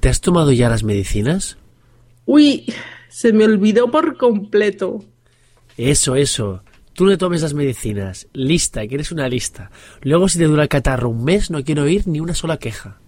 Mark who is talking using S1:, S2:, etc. S1: ¿Te has tomado ya las medicinas?
S2: Uy, se me olvidó por completo.
S1: Eso, eso. Tú no tomes las medicinas. Lista, que eres una lista. Luego si te dura el catarro un mes no quiero oír ni una sola queja.